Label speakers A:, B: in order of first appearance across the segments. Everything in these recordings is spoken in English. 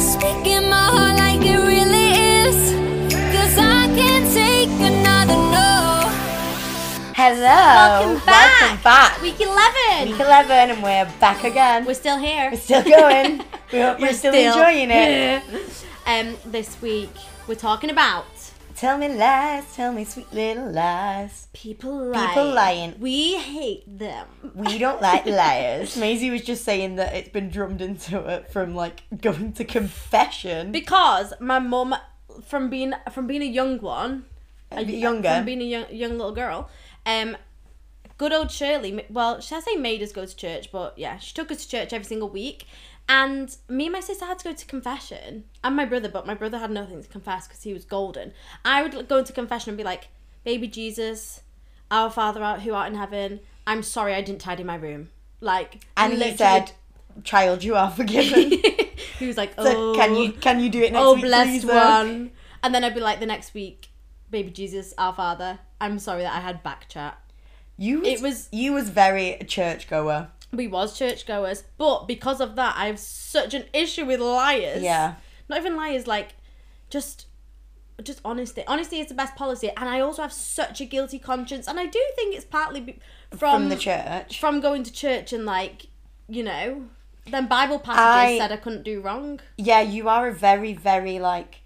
A: Speaking my heart like it really is. Cause I can't take another no.
B: Hello.
C: Welcome back.
B: Welcome back.
C: Week 11.
B: Week 11 and we're back again.
C: We're still here.
B: We're still going. we hope you're still, enjoying it.
C: Um, this week we're talking about
B: Tell me lies, tell me sweet little lies.
C: people lying.
B: lying.
C: We hate them.
B: We don't like liars. Maisie was just saying that it's been drummed into it from like going to confession.
C: Because my mum, from being from being a young one, a,
B: bit younger.
C: from being a young, young little girl, um, good old Shirley. ma- Well, should I say made us go to church? But yeah, she took us to church every single week, and me and my sister had to go to confession, and my brother. But my brother had nothing to confess because he was golden. I would go into confession and be like, "Baby Jesus, our Father art- who art in heaven, I'm sorry I didn't tidy my room." Like,
B: and
C: literally-
B: he said, Child, you are forgiven.
C: he was like,
B: So
C: "Oh,
B: can you can you do it next
C: oh
B: week?
C: blessed
B: please, though?
C: one and then i'd be like the next week baby jesus our father i'm sorry that i had back chat
B: You
C: It was-
B: you was very churchgoer.
C: we was churchgoers but because of that i have such an issue with liars
B: Yeah.
C: not even liars like just just honesty honesty is the best policy and i also have such a guilty conscience and i do think it's partly be- from
B: From the church.
C: from going to church and like you know then bible
B: I-
C: passages said i couldn't do wrong
B: Yeah, you are a very, very like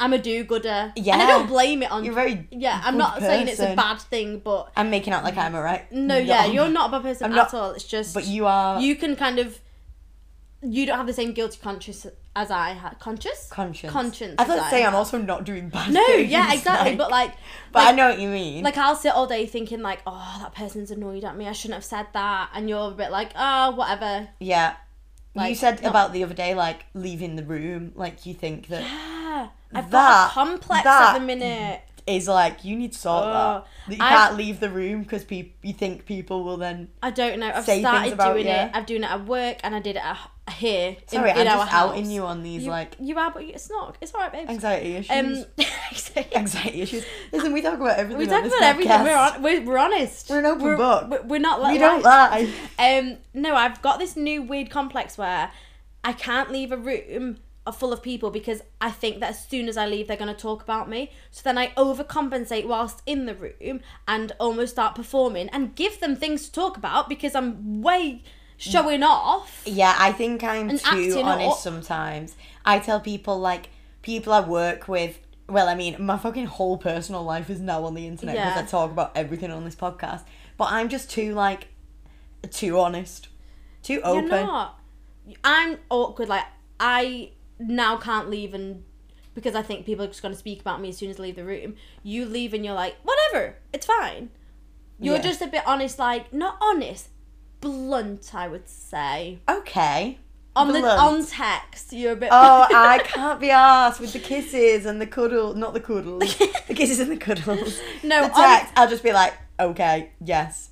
C: i'm a do-gooder and
B: Yeah.
C: i don't blame it on
B: You're very
C: yeah i'm
B: good
C: not saying it's a
B: person.
C: bad thing but
B: I'm making out like I'm alright.
C: Mm. No, yeah, you're not a bad person
B: I'm
C: at
B: not-
C: all. It's just
B: But you are
C: you can kind of you don't have the same guilty conscience as I had. Conscious,
B: conscious.
C: conscience.
B: I
C: as
B: thought say I'm
C: had.
B: also not doing bad.
C: No,
B: things,
C: yeah, exactly.
B: like-
C: but like,
B: but
C: like,
B: I know what you mean.
C: like I'll sit all day thinking like, oh, that person's annoyed at me. I shouldn't have said that. And you're a bit like, oh, whatever.
B: yeah. you
C: like,
B: said
C: not-
B: about the other day, like leaving the room, like you think that is
C: Yeah, I've got
B: That-
C: a complex
B: that-
C: at the minute.
B: like you need to sort that.
C: Oh,
B: That you
C: I-
B: can't leave the room because peop you think people will then.
C: I don't know. I've
B: Say things
C: started
B: about-
C: doing
B: yeah.
C: it. I've doing it at work, and I did it at, here.
B: Sorry,
C: in,
B: I'm
C: in our
B: just outing
C: house.
B: you on these
C: You-
B: like
C: you are, but it's not. It's alright, babe.
B: anxiety issues.
C: Um,
B: anxiety issues. Listen, we talk about everything.
C: We
B: on
C: talk
B: this
C: about everything. We're,
B: podcast.
C: on, we're, we're honest.
B: We're an open
C: we're,
B: book.
C: We're, we're not like
B: We don't lie.
C: Um, no, I've got this new weird complex where I can't leave a room full of people because I think that as soon as I leave, they're going to talk about me. So then I overcompensate whilst in the room and almost start performing and give them things to talk about because I'm way showing off.
B: Yeah, I think I'm
C: And
B: too
C: acting
B: honest
C: up.
B: sometimes. I tell people like people I work with. Well, I mean, my fucking whole personal life is now on the internet because
C: Yeah.
B: I talk about everything on this podcast. But I'm just too like too honest, too open.
C: You're not. I'm awkward. Like I now can't leave and because I think people are just going to speak about me as soon as I leave the room. You leave and you're like, whatever, it's fine. You're
B: Yeah.
C: just a bit honest, like not honest, blunt. I would say
B: Okay.
C: on the
B: Uh, Blunt.
C: on text, you're a bit.
B: Oh, I can't be arsed with the kisses and the cuddle. Not the cuddles. the kisses and the cuddles.
C: No,
B: the
C: on-
B: text. I'll just be like, okay, yes.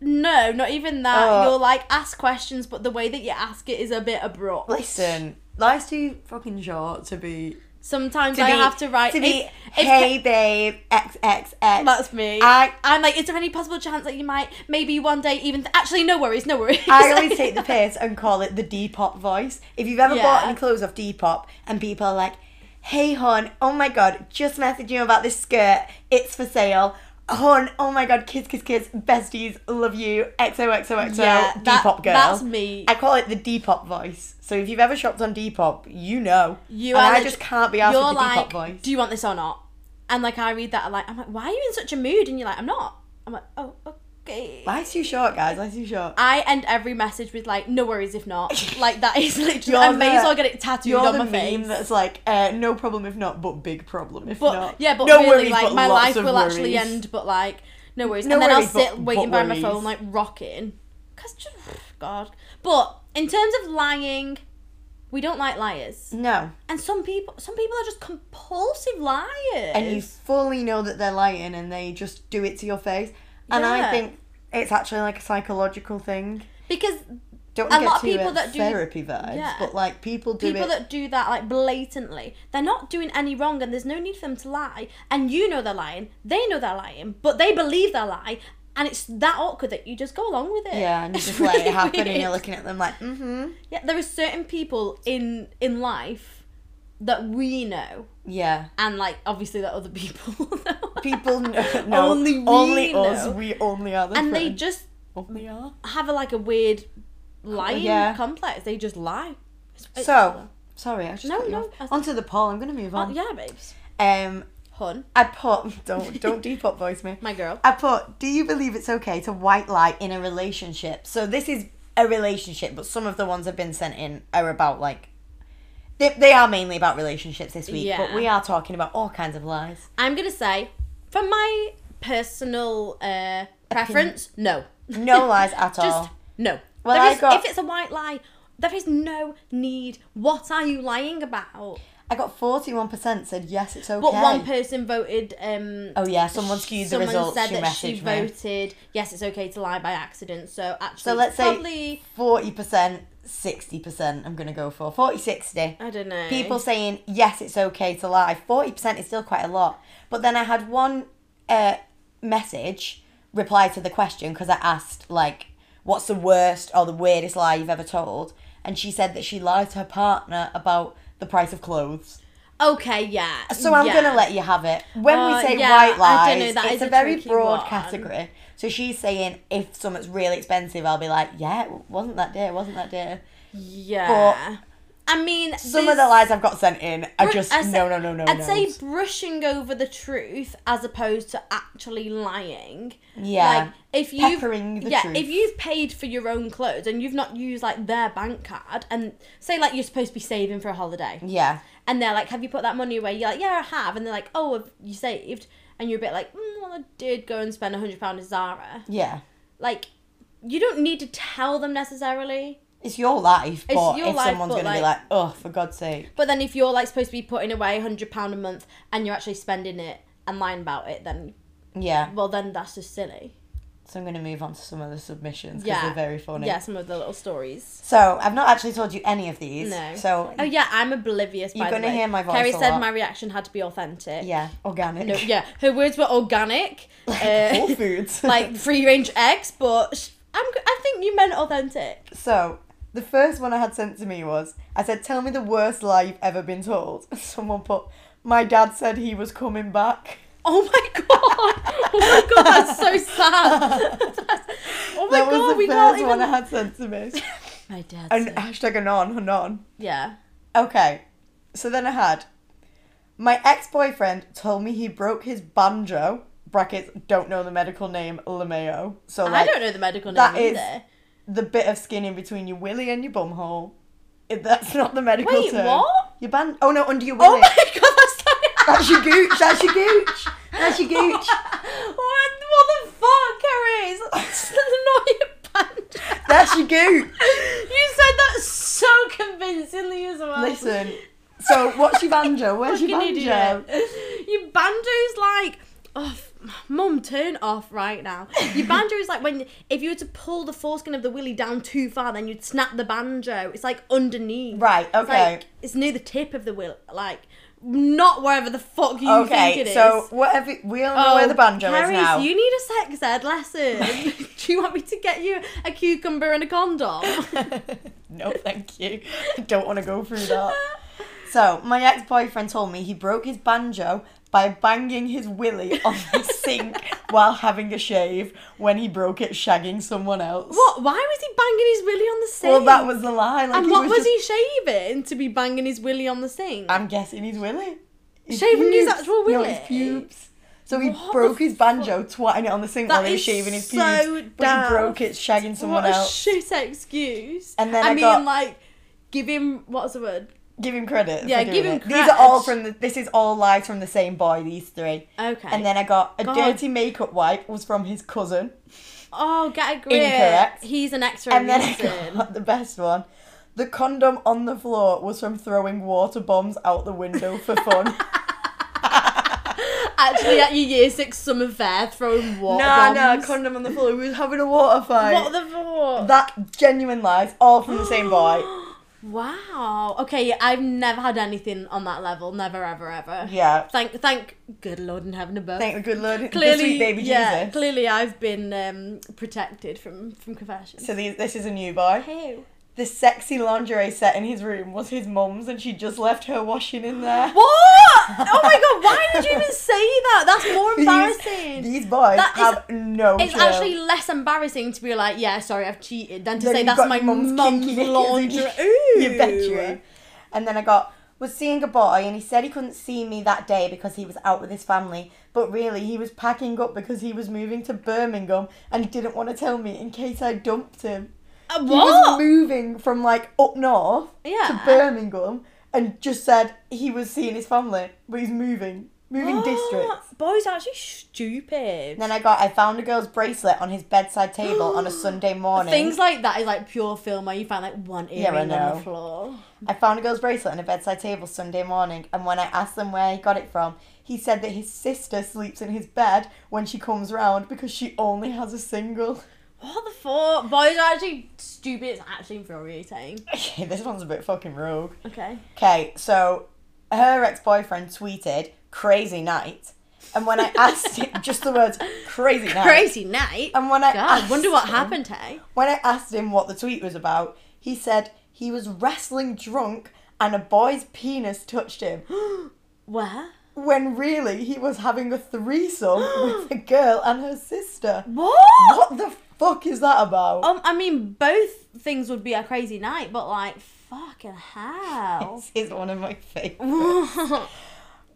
C: no, not even that.
B: Oh.
C: You're like ask questions, but the way that you ask it is a bit abrupt.
B: Listen, life's too fucking short to be
C: sometimes
B: to
C: I
B: be-
C: have to write.
B: to
C: if-
B: be,
C: if-
B: hey babe x x x.
C: That's me.
B: I
C: I'm like, is there any possible chance that you might maybe one day even actually no worries, no worries.
B: I always take the piss and call it the Depop voice. If you've ever bought
C: Yeah.
B: any clothes off Depop and people are like, "Hey hon, oh my god, just messaged you about this skirt. It's for sale." Hon, oh my god, kiss kiss kiss, besties, love you, XOXOXO,
C: Yeah,
B: Depop
C: that-
B: girl.
C: that's me.
B: I call it the Depop voice. So if you've ever shopped on Depop, you know.
C: You
B: and
C: are
B: I
C: lit-
B: just can't be asked
C: You're
B: with the
C: like,
B: Depop voice.
C: do you want this or not? And like I read that, I'm like I'm like, why are you in such a mood? And you're like, I'm not. I'm like, oh, okay.
B: Life's too short, guys. Life's too short.
C: I end every message with like, no worries if not. like that is literally. I
B: You're
C: may
B: the-
C: as well get it tattooed
B: You're
C: on
B: the
C: my
B: meme
C: face.
B: that's like, uh, no problem if not, but big problem if
C: but
B: not.
C: yeah, but
B: no
C: really,
B: worries,
C: like
B: but
C: my
B: lots
C: life
B: of
C: will actually
B: worries.
C: end. But like, no worries.
B: No
C: and then
B: worries,
C: I'll sit
B: but-
C: waiting
B: but
C: by my
B: worries.
C: phone, like rocking. Cause just, God. But in terms of lying, we don't like liars.
B: No,
C: And some people, some people are just compulsive liars.
B: and you fully know that they're lying, and they just do it to your face. And I
C: Yeah.
B: think it's actually like a psychological thing.
C: because
B: Don't
C: A
B: get
C: lot of
B: too,
C: people
B: uh,
C: that do-
B: therapy vibes,
C: Yeah.
B: but like people do
C: people
B: it.
C: that do that like blatantly, they're not doing any wrong, and there's no need for them to lie. And you know they're lying. They know they're lying, but they believe they lie, and it's that awkward that you just go along with it.
B: Yeah, and you
C: It's
B: just let
C: really
B: it happen and you're
C: weird.
B: looking at them like, mm hmm.
C: Yeah, there are certain people in in life that we know,
B: Yeah.
C: and like obviously that other people know.
B: People know.
C: Only we
B: Only us.
C: know.
B: We only are the
C: and they
B: friends.
C: just
B: Only are.
C: have a, like a weird lying
B: yeah.
C: complex. They just lie. It's- it's-
B: So, sorry, I just.
C: No,
B: cut you
C: no,
B: off.
C: that's-
B: Onto the poll. I'm going to move
C: Oh,
B: on.
C: yeah, babes.
B: Um,
C: Hun,
B: I put. Don't, don't deep up voice me.
C: my girl.
B: I put, do you believe it's okay to white lie in a relationship? So this is a relationship, but some of the ones I've been sent in are about like they, they are mainly about relationships this week, but
C: Yeah.
B: we are talking about all kinds of lies.
C: I'm gonna say, from my personal uh, preference, no,
B: No lies at all.
C: just no.
B: Well,
C: There
B: I
C: is-
B: got-
C: if it's a white lie, there is no need. What are you lying about?
B: I got forty one percent said yes, it's okay.
C: But one person voted. Um,
B: oh yeah, someone skewed the
C: someone
B: results.
C: said
B: she
C: that she
B: messaged me.
C: voted. Yes, it's okay to lie by accident. So actually,
B: So let's say-
C: probably
B: Forty percent, sixty percent. I'm gonna go for 40, 60.
C: I don't know.
B: people saying yes it's okay to lie 40% is still quite a lot but then i had one uh, message reply to the question because i asked like what's the worst or the weirdest lie you've ever told and she said that she lied to her partner about the price of clothes
C: Okay, yeah.
B: so i'm
C: yeah.
B: gonna let you have it when
C: Uh,
B: we say
C: yeah,
B: white lies
C: I don't know, that
B: it's
C: is
B: a,
C: a
B: very
C: tricky
B: broad
C: one.
B: category so she's saying if something's really expensive i'll be like yeah it wasn't that dear it wasn't that dear
C: Yeah. I mean,
B: some
C: there's-
B: of the lies i've got sent in are
C: Bru-
B: just
C: I say-
B: no no no no
C: I'd
B: no
C: say brushing over the truth as opposed to actually lying.
B: Yeah.
C: Like if you
B: Peppering the
C: yeah,
B: truth.
C: if you've paid for your own clothes and you've not used like their bank card and say like you're supposed to be saving for a holiday
B: yeah
C: and they're like, "Have you put that money away?" You're like, "Yeah, I have," and they're like, "Oh, have you saved?" And you're a bit like, mm, "Well, I did go and spend a hundred pound at Zara."
B: yeah
C: Like, you don't need to tell them necessarily.
B: It's your life,
C: It's
B: but
C: your
B: if
C: life,
B: someone's
C: but,
B: going to be
C: like-
B: like, oh, for God's sake.
C: But then if you're like supposed to be putting away a hundred pound a month and you're actually spending it and lying about it, then
B: Yeah.
C: well, then that's just silly.
B: So I'm going to move on to some of the submissions because
C: Yeah,
B: they're very funny.
C: Yeah, some of the little stories.
B: So I've not actually told you any of these.
C: No.
B: So,
C: Oh yeah, I'm oblivious.
B: You're
C: by the
B: gonna
C: way.
B: hear my voice
C: Kerry
B: a
C: said
B: lot.
C: my reaction had to be authentic.
B: yeah, organic.
C: No, yeah, her words were organic, uh,
B: Whole foods.
C: like free range eggs, but sh- I'm. g- I think you meant authentic.
B: So the first one I had sent to me was I said, tell me the worst lie you've ever been told. Someone put, my dad said he was coming back.
C: Oh my god! Oh my god, that's so sad. That's- oh my
B: that was
C: god,
B: the
C: we
B: first
C: can't
B: one
C: even.
B: I had sent to me.
C: My dad.
B: and
C: said-
B: hashtag anon, anon.
C: yeah.
B: Okay, so then I had my ex boyfriend told me he broke his banjo brackets. Don't know the medical name Lameo. So like
C: I don't know the medical name
B: that is-
C: either.
B: the bit of skin in between your willy and your bumhole. If that's not the medical
C: Wait,
B: term.
C: what?
B: Your band? Oh no, under your
C: Oh
B: willy.
C: my god, that's not
B: that's your gooch. That's your gooch. That's your gooch.
C: what, what the fuck, Carrie? It's not your band.
B: That's your gooch.
C: You said that so convincingly as well.
B: Listen. So what's your banjo? Where's your
C: Fucking
B: banjo?
C: idiot. Your banjo's like, oh, f- mum, turn off right now. Your banjo is like when if you were to pull the foreskin of the willy down too far, then you'd snap the banjo. It's like underneath.
B: Right,
C: It's
B: okay.
C: like- It's near the tip of the will, like not wherever the fuck you think it
B: Okay,
C: is.
B: so whatever we all know where the banjo
C: Clarice,
B: is now.
C: you need a sex ed lesson. Do you want me to get you a cucumber and a condom?
B: no, thank you. I don't want to go through that. So, my ex boyfriend told me he broke his banjo by banging his willy on the sink while having a shave when he broke it shagging someone else.
C: What? Why was he banging his willy on the sink?
B: Well, that was the lie. Like,
C: And what was,
B: just-
C: he shaving to be banging his willy on the sink?
B: I'm guessing he's willy. His
C: Shaving his
B: pubes.
C: actual
B: No, his
C: willy?
B: pubes. So he
C: What
B: broke
C: the
B: his banjo, twatting it on the sink
C: That
B: while he was
C: is
B: shaving his
C: so
B: pubes. But
C: daft.
B: he broke it shagging someone
C: what a
B: else.
C: shit excuse.
B: And then I
C: mean,
B: got-
C: like, give him what's the word?
B: give him credit.
C: Yeah,
B: for doing
C: give him
B: it. These are all
C: credit.
B: from the. This is all lies from the same boy. These three.
C: Okay.
B: And then I got a
C: God.
B: dirty makeup wipe was from his cousin.
C: oh, get a grip.
B: Incorrect.
C: He's an extra
B: And then I
C: reason.
B: got the best one. The condom on the floor was from throwing water bombs out the window for fun.
C: Actually, at your year six summer fair, throwing water bombs.
B: condom on the floor. We was having a water fight.
C: What the fuck?
B: that genuine lies, all from the same boy.
C: Wow. Okay, I've never had anything on that level. Never, ever, ever.
B: Yeah.
C: Thank, thank, good Lord in heaven above.
B: Thank the good Lord, the
C: clearly,
B: sweet baby
C: yeah,
B: Jesus.
C: clearly I've been um, protected from from confession.
B: So these, this is a new boy.
C: Ew.
B: The sexy lingerie set in his room was his mum's, and she just left her washing in there.
C: What? Oh my god! Why did you even say that? That's more
B: These-
C: embarrassing.
B: These, boys
C: That is-
B: have no.
C: It's
B: chill.
C: actually less embarrassing to be like, yeah, sorry, I've cheated, than to
B: Then
C: say
B: you've
C: that's
B: got
C: my
B: your mum's
C: mum's
B: kinky
C: laundry.
B: knickers.
C: Ooh.
B: you betcha. And then I got was seeing a boy, and he said he couldn't see me that day because he was out with his family. But really, he was packing up because he was moving to Birmingham, and he didn't want to tell me in case I dumped him.
C: Uh,
B: He was
C: what?
B: moving from like up north to
C: Yeah.
B: Birmingham, and just said he was seeing his family, but he's moving, moving districts.
C: Boys are actually stupid.
B: Then I got I found a girl's bracelet on his bedside table on a Sunday morning.
C: Things like that is like pure film where you find like one
B: Yeah, I
C: earring on
B: know.
C: the floor.
B: I found a girl's bracelet on a bedside table Sunday morning, and when I asked them where he got it from, he said that his sister sleeps in his bed when she comes round because she only has a single.
C: What the fuck? Boys are actually stupid. It's actually infuriating.
B: Okay, this one's a bit fucking rogue.
C: Okay.
B: Okay, so her ex boyfriend tweeted, crazy night. And when I asked him, just the words, crazy night.
C: Crazy night.
B: And when I
C: Oh God, I
B: asked
C: wonder what
B: him-
C: happened, hey?
B: When I asked him what the tweet was about, he said he was wrestling drunk and a boy's penis touched him.
C: Where?
B: when really he was having a threesome with a girl and her sister.
C: What?
B: What the fuck is that about?
C: Um, I mean, both things would be a crazy night, but like, fucking hell.
B: This is one of my favourites.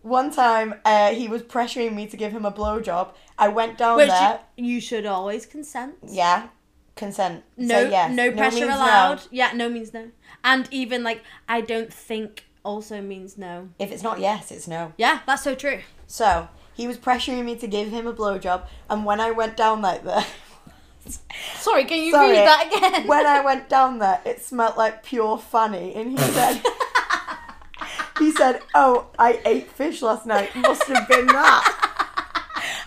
B: One time uh, he was pressuring me to give him a blowjob. I went down
C: Which
B: there.
C: you should always consent.
B: Yeah. Consent.
C: No,
B: Say yes.
C: no pressure
B: means no.
C: allowed. Yeah, no means no. And even like, I don't think also means no.
B: If it's not yes, it's no.
C: Yeah, that's so true.
B: So he was pressuring me to give him a blowjob, and when I went down like there,
C: Sorry, can you
B: Sorry.
C: read that again?
B: when I went down there, it smelled like pure fanny, and he said, he said, "Oh, I ate fish last night. Must have been that."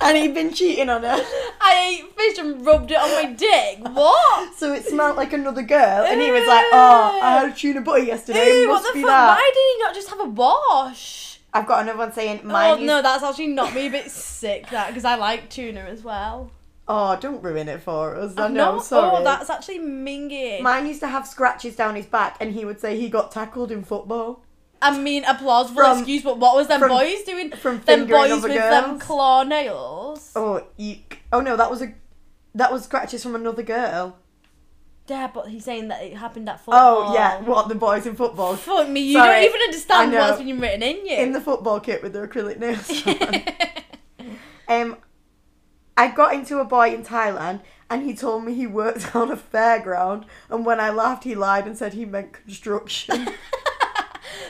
B: And he'd been cheating on her,
C: I ate fish and rubbed it on my dick. What?
B: so it smelled like another girl, and he was like, "Oh, I had a tuna butter yesterday.
C: Ew, what
B: must
C: the
B: be
C: fuck?
B: that."
C: Why did he not just have a wash?
B: I've got another one saying,
C: Oh
B: "Mine."
C: no, that's actually not me. A bit sick that because I like tuna as well.
B: oh, don't ruin it for us. I know.
C: no,
B: I'm sorry.
C: oh, that's actually mingy.
B: Mine used to have scratches down his back, and he would say he got tackled in football.
C: I mean, applause for
B: From-
C: excuse, but what was them
B: from-
C: boys doing?
B: from
C: them
B: fingering
C: boys
B: other
C: with them
B: girls?
C: claw nails.
B: Oh, eek. oh no, that was a, that was scratches from another girl.
C: Yeah, but he's saying that it happened at football.
B: Oh yeah, what the boys in football
C: Fuck me, you
B: Sorry,
C: don't even understand
B: I know.
C: what's been written in you.
B: in the football kit with their acrylic nails. on. um, I got into a boy in Thailand, and he told me he worked on a fairground. And when I laughed, he lied and said he meant construction.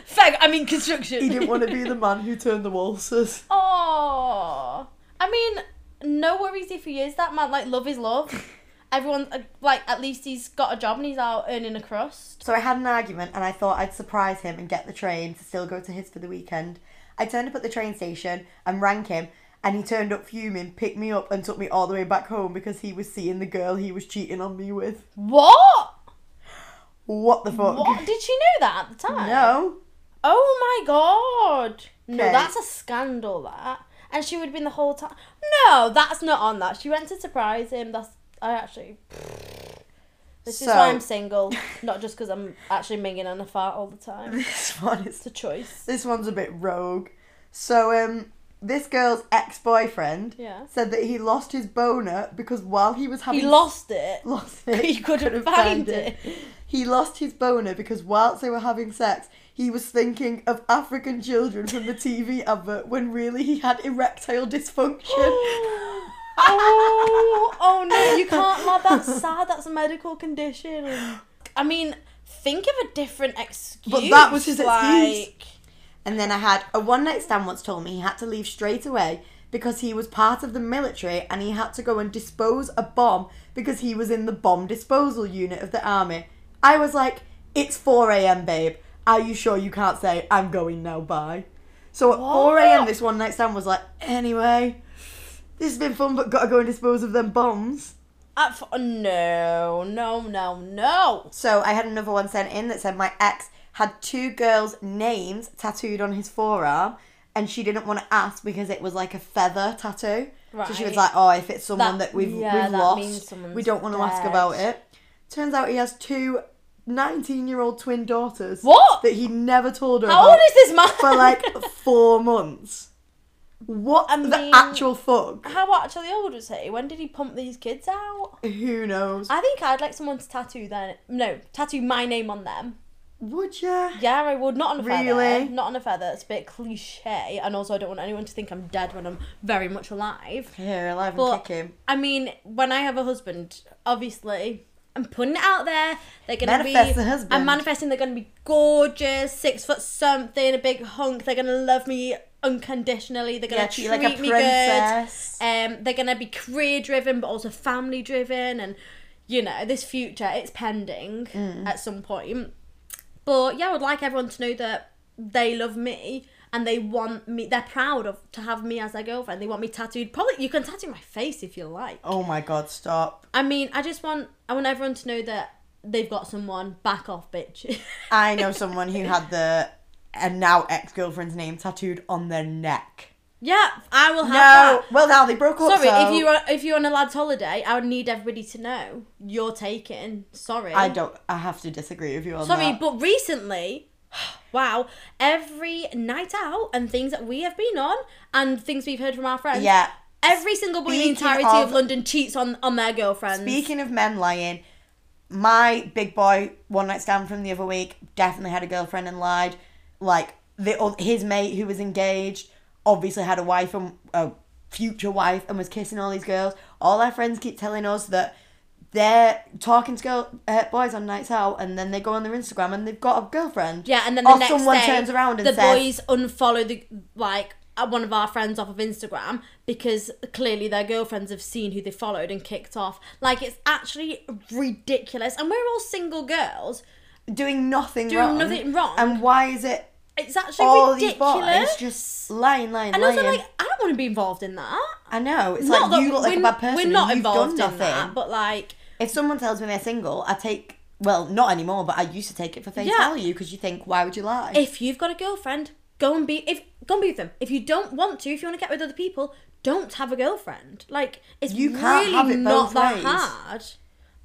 C: Fag, I mean construction.
B: he didn't want to be the man who turned the waltzers.
C: Oh, I mean, no worries if he is that man. Like, love is love. Everyone, uh, like, at least he's got a job and he's out earning a crust.
B: So I had an argument and I thought I'd surprise him and get the train to still go to his for the weekend. I turned up at the train station and rang him and he turned up fuming, picked me up and took me all the way back home because he was seeing the girl he was cheating on me with.
C: What?
B: What the fuck?
C: What? Did she know that at the time?
B: No.
C: Oh my god. No,
B: Okay.
C: that's a scandal, that. And she would have been the whole time. No, that's not on that. She went to surprise him. That's. I actually. This is
B: So-
C: why I'm single, not just because I'm actually minging on a fart all the time.
B: This one is
C: It's a choice.
B: this one's a bit rogue. So um this girl's ex-boyfriend
C: Yeah.
B: said that he lost his boner because while he was having
C: He lost it.
B: lost it.
C: He couldn't find it.
B: He lost his boner because whilst they were having sex, he was thinking of African children from the TV advert when really he had erectile dysfunction.
C: oh, oh no, you can't love. That's sad. That's a medical condition. I mean, think of a different excuse.
B: But that was his excuse.
C: Like,
B: and then I had a one night stand once told me he had to leave straight away because he was part of the military and he had to go and dispose a bomb because he was in the bomb disposal unit of the army. I was like, it's 4 a.m., babe. Are you sure you can't say, I'm going now, bye? So at 4 a.m., this one night stand was like, anyway, this has been fun, but gotta go and dispose of them bombs.
C: Uh, f- no, no, no, no.
B: So I had another one sent in that said my ex had two girls' names tattooed on his forearm, and she didn't want to ask because it was like a feather tattoo. So she was
C: Right.
B: like, "Oh, if it's someone
C: That-
B: that, we've
C: yeah,
B: we've
C: that means
B: lost,
C: someone's
B: we don't want to ask
C: dead.
B: about it." Turns out he has two 19-year-old twin daughters.
C: What?
B: That he never told her.
C: How
B: about
C: old is this man?
B: For like four months. What the
C: mean-
B: actual fuck?
C: How actually old was he? When did he pump these kids out?
B: Who knows?
C: I think I'd like someone to tattoo then. No, tattoo my name on them.
B: Would ya?
C: Yeah, I would. Not on a feather.
B: Really?
C: Not on a feather. It's a bit cliche. And also, I don't want anyone to think I'm dead when I'm very much alive.
B: Here, alive and
C: But,
B: kicking.
C: I mean, when I have a husband, obviously, I'm putting it out there. They're gonna
B: Manifest
C: be.
B: the husband.
C: I'm manifesting. They're gonna be gorgeous, six foot something, a big hunk. They're gonna love me unconditionally. They're gonna
B: Yeah, treat
C: treat
B: you like a
C: me
B: princess.
C: good. Um, they're gonna be career driven, but also family driven, and you know, this future it's pending
B: Mm.
C: at some point. But yeah, I would like everyone to know that they love me and they want me. They're proud of to have me as their girlfriend. They want me tattooed. Probably you can tattoo my face if you like.
B: Oh my god, stop.
C: I mean, I just want I want everyone to know that they've got someone. Back off, bitch.
B: I know someone who had the and now ex girlfriend's name tattooed on their neck.
C: yeah, I will have
B: No,
C: that.
B: well now they broke up.
C: Sorry,
B: so
C: if you're if you're on a lad's holiday, I would need everybody to know you're taken. Sorry,
B: I don't. I have to disagree with you on
C: Sorry,
B: that.
C: but recently, wow, every night out and things that we have been on and things we've heard from our friends.
B: Yeah.
C: Every single boy in the
B: Speaking
C: entirety
B: of-
C: of, London cheats on, on their girlfriends.
B: Speaking of men lying, my big boy one night stand from the other week definitely had a girlfriend and lied. Like the oth- his mate who was engaged obviously had a wife and a future wife and was kissing all these girls. All our friends keep telling us that they're talking to girl uh, boys on nights out and then they go on their Instagram and they've got a girlfriend.
C: yeah, and then the
B: Or
C: next
B: someone
C: day,
B: turns around and
C: the
B: says,
C: boys unfollow the like uh, one of our friends off of Instagram because clearly their girlfriends have seen who they followed and kicked off. Like it's actually ridiculous, and we're all single girls.
B: doing nothing
C: Doing
B: wrong.
C: nothing wrong.
B: And why is it
C: It's actually
B: all
C: ridiculous.
B: these boys just lying, lying,
C: and
B: lying?
C: also, like, I don't want to be involved in that.
B: I know. It's
C: Not
B: like
C: that
B: you look like a
C: we're-
B: bad person.
C: We're not
B: and you've done
C: involved
B: nothing.
C: in that, but like,
B: if someone tells me they're single, I take well, not anymore, but I used to take it for face
C: Yeah.
B: value because you think, why would you lie?
C: if you've got a girlfriend, go and be if go and be with them. If you don't want to, if you want to get with other people, don't have a girlfriend. Like, it's
B: You
C: really
B: can't have it
C: not
B: both
C: that
B: ways.
C: hard.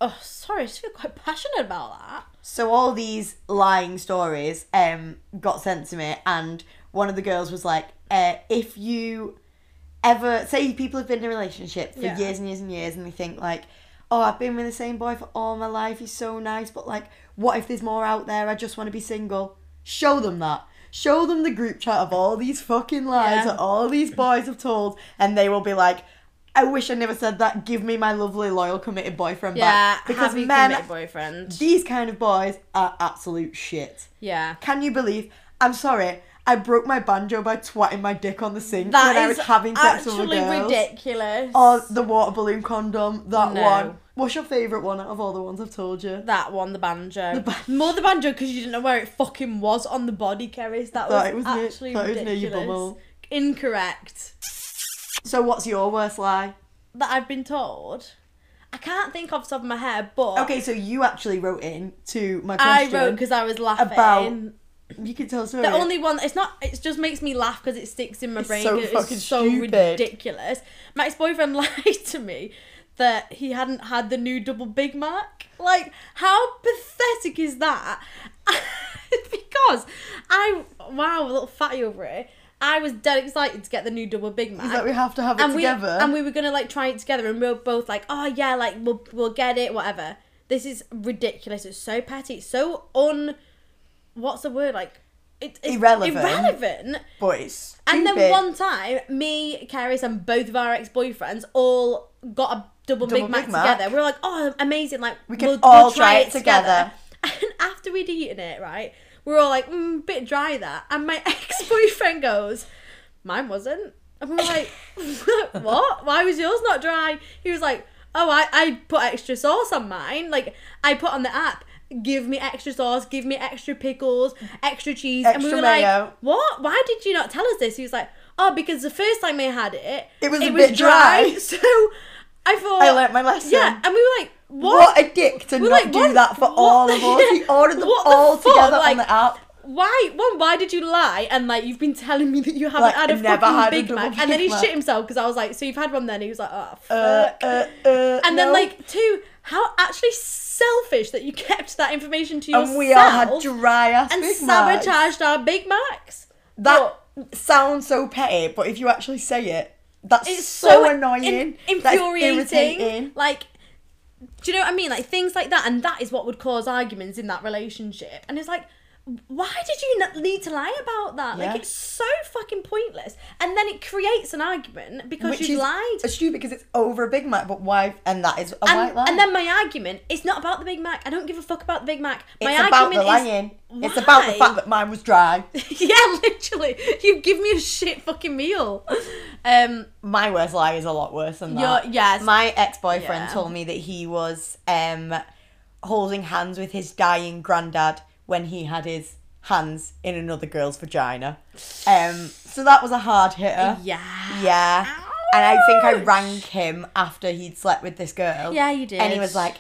C: Oh, sorry, I just feel quite passionate about that.
B: so all these lying stories um got sent to me, and one of the girls was like, uh, if you ever say people have been in a relationship for
C: Yeah.
B: years and years and years, and they think like. Oh, I've been with the same boy for all my life. He's so nice, but like, what if there's more out there? I just want to be single. Show them that. Show them the group chat of all these fucking lies
C: Yeah.
B: that all these boys have told, and they will be like, I wish I never said that. Give me my lovely, loyal, committed boyfriend
C: Yeah,
B: back. Because
C: happy
B: men,
C: committed boyfriend.
B: these kind of boys are absolute shit.
C: Yeah.
B: Can you believe? I'm sorry. I broke my banjo by twatting my dick on the sink
C: that is
B: when I was having sex with a
C: actually
B: girl. oh,
C: ridiculous.
B: Or the water balloon condom. That
C: No.
B: one. What's your favourite one out of all the ones I've told you?
C: That one, the banjo.
B: ban-
C: More the banjo because you didn't know where it fucking was on the body carries. That
B: Thought
C: was,
B: it was near-
C: actually
B: thought it was near your
C: ridiculous.
B: bumhole.
C: Incorrect.
B: So what's your worst lie?
C: That I've been told. I can't think off the top of my head, but
B: Okay, so you actually wrote in to my
C: I
B: question.
C: wrote because I was laughing.
B: about- you can tell.
C: the only one it's not it just makes me laugh because it sticks in my
B: It's
C: brain
B: so
C: 'cause
B: fucking
C: it's so
B: stupid.
C: ridiculous my ex-boyfriend lied to me that he hadn't had the new double big mac like how pathetic is that because i wow little fatty over here i was dead excited to get the new double big mac
B: is that we have to have it
C: and we
B: together.
C: and we were gonna like try it together, and we were both like, oh yeah, like we'll we'll get it, whatever. This is ridiculous. It's so petty. It's so un. What's the word like? It, it's
B: Irrelevant.
C: Irrelevant.
B: but it's stupid.
C: And then one time, me, Caris, and both of our ex boyfriends all got a double,
B: Double
C: Big Mac,
B: Big Mac.
C: together. We were like, oh, amazing! Like we
B: can all try it together.
C: And after we'd eaten it, right, we were all like, mm, bit dry that. And my ex boyfriend goes, mine wasn't. And we were like, what? Why was yours not dry? He was like, oh, I, I put extra sauce on mine. Like, I put on the app, give me extra sauce, give me extra pickles, extra cheese. and we
B: Extra
C: were
B: mayo.
C: like, what? Why did you not tell us this? He was like, oh, because the first time I had it,
B: It was a bit dry.
C: So I thought.
B: I learnt my lesson.
C: Yeah, and we were like, what?
B: What a dick to
C: We're
B: not
C: like,
B: do
C: what-
B: that for
C: what-
B: all of us. We ordered them
C: What the
B: all
C: fuck?
B: together
C: Like,
B: on the app.
C: Why? One, why did you lie? And like, you've been telling me that you haven't
B: Like,
C: had a
B: I've never
C: fucking
B: had a
C: Big
B: double
C: Mac, and then he
B: Big Mac.
C: shit himself because I was like, so you've had one then? And he was like, oh, fuck.
B: Uh, uh, uh,
C: and then
B: no.
C: like, two, how actually selfish that you kept that information to yourself
B: and we all had dry ass
C: and
B: Big Macs.
C: sabotaged our Big Macs.
B: That sounds so petty, but if you actually say it, that's
C: It's
B: so, annoying,
C: in-
B: That's
C: infuriating.
B: irritating.
C: Like, do you know what I mean? Like things like that, and that is what would cause arguments in that relationship. And it's like, why did you n- need to lie about that?
B: Yeah.
C: Like, it's so fucking pointless. And then it creates an argument because
B: Which
C: you've
B: is
C: lied.
B: Stupid because it's over a Big Mac, but why? And that is a white
C: and,
B: lie.
C: and then my argument is not about the Big Mac. I don't give a fuck about the Big Mac. My
B: it's about
C: argument
B: the lying.
C: is
B: It's about the
C: why?
B: fact that mine was dry.
C: yeah, literally. You give me a shit fucking meal. Um,
B: My worst lie is a lot worse than
C: Your-
B: that.
C: yes.
B: My ex boyfriend
C: Yeah.
B: told me that he was um, holding hands with his dying granddad when he had his hands in another girl's vagina. Um, so that was a hard hitter.
C: yeah.
B: Yeah. And I think I rang him after he'd slept with this girl.
C: Yeah, you did.
B: And he was like,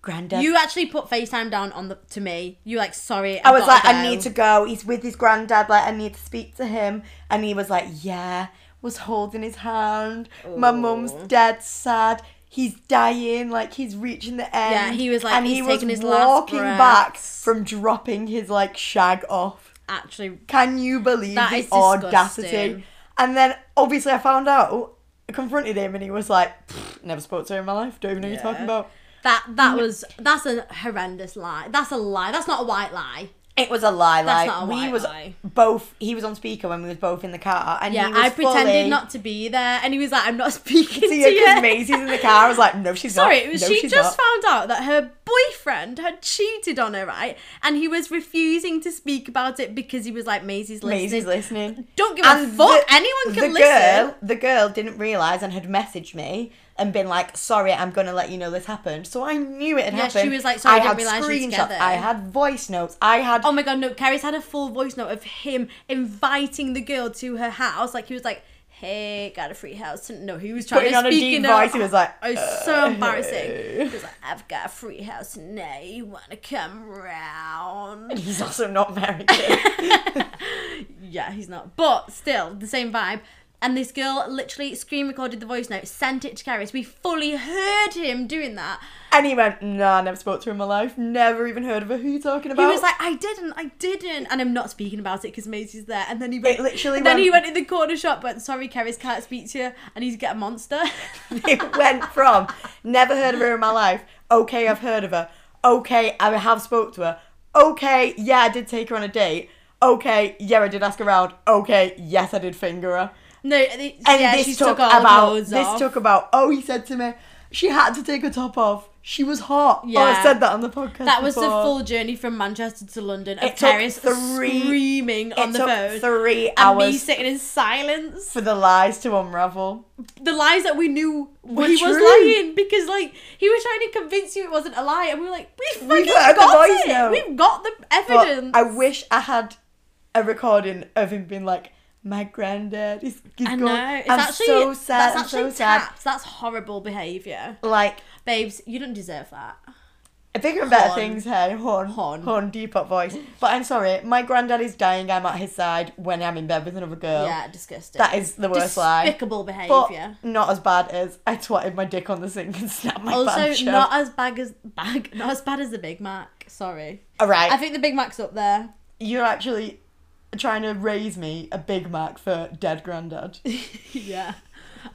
B: Granddad.
C: You actually put FaceTime down on the to me. You like sorry.
B: I was like, I need to go. He's with his granddad. Like, I need to speak to him. And he was like, Yeah, was holding his hand. My mum's dead sad. He's dying. Like, he's reaching the end.
C: Yeah, he was like,
B: and he
C: he's
B: was
C: taking his last
B: walking
C: breaths.
B: back from dropping his, like, shag off.
C: actually.
B: Can you believe
C: That
B: the
C: is disgusting.
B: audacity? And then obviously I found out, I confronted him, and he was like, "Pfft, "Never spoke to her in my life. Don't even know what you're talking about."
C: That that was that's a horrendous lie. That's a lie. That's not a white lie.
B: It was a lie.
C: That's
B: like
C: not a
B: we
C: white
B: was
C: lie.
B: both. He was on speaker when we was both in the car, and
C: Yeah,
B: he was
C: I pretended
B: fully-
C: not to be there, and he was like, "I'm not speaking to
B: See her
C: you."
B: because Maisie's in the car. I was like, "No, she's not."
C: Sorry, it was
B: No,
C: she
B: she's
C: just
B: not."
C: found out that her boyfriend had cheated on her, right? And he was refusing to speak about it because he was like, "Maisie's listening."
B: Maisie's listening.
C: Don't give a fuck. Anyone can listen.
B: Girl, the girl didn't realise and had messaged me and been like, sorry, I'm going to let you know this happened. So I knew it had
C: Yeah, she
B: happened.
C: was like, "Sorry, I
B: had
C: didn't realise you were together."
B: I had voice notes. I had.
C: Oh my god, no, Carrie's had a full voice note of him inviting the girl to her house. Like he was like, Hey, got a free house. No, he was trying
B: Putting
C: to
B: on a
C: speak
B: deep
C: in
B: voice, he was like,
C: Oh, it's so
B: "Uh,
C: embarrassing. He was like, I've got a free house now. You wanna come round?
B: He's also not American.
C: Yeah, he's not. But still, the same vibe. And this girl literally screen recorded the voice note, sent it to Carrie. So we fully heard him doing that.
B: and he went, nah, never spoke to her in my life. Never even heard of her. Who you talking
C: He
B: about?
C: was like, I didn't, I didn't, and I'm not speaking about it because Maisie's there. And then he went,
B: It literally
C: and then
B: went-
C: he went in the corner shop, went, sorry, Kerry's can't speak to you, and he's get a monster.
B: it went from never heard of her in my life. Okay, I've heard of her. Okay, I have spoke to her. Okay, yeah, I did take her on a date. Okay, yeah, I did ask around. Okay, yes, I did finger her.
C: no, and
B: And
C: yeah,
B: this
C: she's
B: took,
C: took all
B: about
C: clothes
B: this
C: off.
B: took about. Oh, he said to me, she had to take her top off. She was hot. Yeah,
C: Yeah.
B: I said that on the podcast.
C: that was the
B: before.
C: full journey from Manchester to London of
B: It took
C: Kerry's
B: three-
C: screaming on
B: it
C: the
B: took
C: phone.
B: three
C: and me
B: hours
C: sitting in silence.
B: for the lies to unravel.
C: The lies that we knew
B: Were
C: he was
B: true.
C: lying because, like, he was trying to convince you it wasn't a lie, and we were like, we fucking
B: heard the
C: got
B: voice
C: it.
B: note."
C: We've got the evidence.
B: But I wish I had a recording of him being like, my granddad is he's
C: I
B: gone.
C: know. It's
B: I'm
C: actually
B: so sad.
C: That's
B: I'm
C: actually
B: so sad.
C: tapped. That's horrible behaviour,
B: Like
C: babes. You don't deserve that.
B: bigger and better
C: Hon.
B: things. Hey, horn,
C: Hon.
B: horn, horn, Depop voice. But I'm sorry, my granddad is dying. I'm at his side when I'm in bed with another girl.
C: yeah, disgusting.
B: That is the worst lie.
C: Despicable
B: But
C: behaviour.
B: not as bad as I twatted my dick on the sink and snapped my
C: Also,
B: banjo.
C: not as bad as bag, not as bad as the Big Mac. Sorry,
B: All right,
C: I think the Big Mac's up there.
B: you're actually trying to raise me a Big Mac for dead granddad.
C: yeah,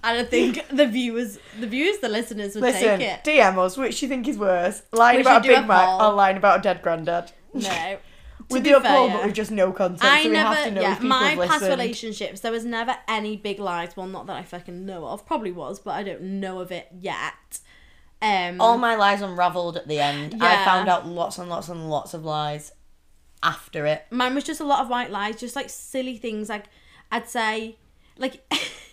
C: and I think the viewers, the viewers, the listeners would
B: Listen,
C: take it.
B: DM us which you think is worse, lying
C: We
B: about a
C: should do
B: Big
C: a
B: Mac
C: poll.
B: or lying about a dead granddad.
C: No.
B: We
C: be
B: do a
C: fair,
B: poll,
C: yeah.
B: but we just know content, so
C: I
B: we have to
C: never,
B: know
C: yeah,
B: if people
C: my
B: have
C: past
B: listened.
C: relationships, there was never any big lies. Well, not that I fucking know of. Probably was, but I don't know of it yet. Um,
B: All my lies unraveled at the end. I
C: Yeah.
B: found out lots and lots and lots of lies after it.
C: mine was just a lot of white lies, just like silly things. Like I'd say, like,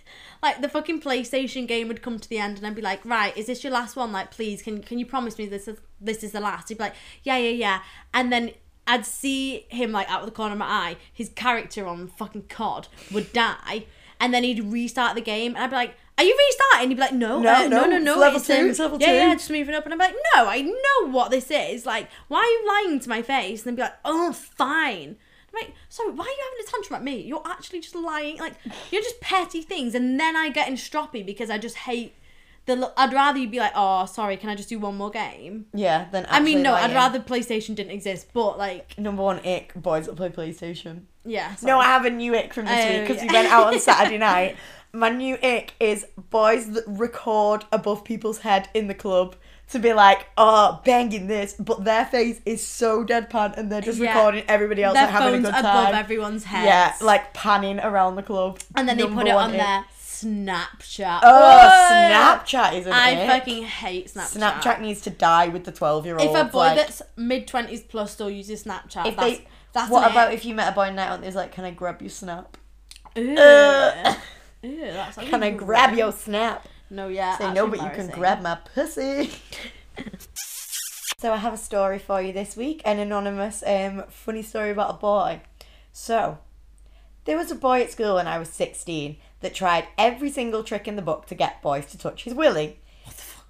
C: like the fucking PlayStation game would come to the end, and I'd be like, "Right, is this your last one? Like, please, can can you promise me this is this is the last?" He'd be like, "Yeah, yeah, yeah," and then. I'd see him like out of the corner of my eye. His character on fucking COD would die, and then he'd restart the game, and I'd be like, Are you restarting? You'd be like, no,
B: No,
C: uh,
B: no,
C: no, no,
B: it's
C: no.
B: level two,
C: um,
B: it's level
C: yeah,
B: two."
C: yeah, just moving up. And I'm like, no, I know what this is. Like, why are you lying to my face? And they'd be like, oh, fine. I'm like, sorry, why are you having a tantrum at me? You're actually just lying. Like, you're just petty things. And then I get in stroppy because I just hate the. l- I'd rather you be like, oh, sorry, can I just do one more game?
B: Yeah, then
C: I mean,
B: actually
C: no, I'd
B: lying.
C: rather PlayStation didn't exist, but like,
B: Number one ick, boys that play PlayStation.
C: yeah.
B: No,
C: sorry.
B: I have a new ick from this
C: Oh,
B: week because we
C: yeah.
B: went out on Saturday night. My new ick is boys that record above people's head in the club to be like, oh, banging this, but their face is so deadpan and they're just
C: Yeah.
B: recording everybody else
C: Their
B: like, having a
C: phones
B: good
C: above
B: time.
C: everyone's head.
B: yeah, like panning around the club.
C: And then
B: Number
C: they put it
B: one
C: on
B: ick.
C: their Snapchat.
B: Oh,
C: Whoa!
B: Snapchat is an
C: I
B: ick.
C: fucking hate Snapchat.
B: Snapchat needs to die with the twelve-year-old.
C: If a boy that's mid twenties plus still uses Snapchat, that's,
B: if they,
C: that's
B: what
C: an
B: about
C: ick.
B: if you met a boy in night out and he's like, "Can I grab your snap?
C: Ew. Uh.
B: Ugh.
C: Ew, that's like
B: uh, Can I grab your snap?"
C: No, yeah.
B: They
C: that's
B: know, but you can
C: embarrassing.
B: grab my pussy. so I have a story for you this week, an anonymous um funny story about a boy. So there was a boy at school when I was 16 that tried every single trick in the book to get boys to touch his willy.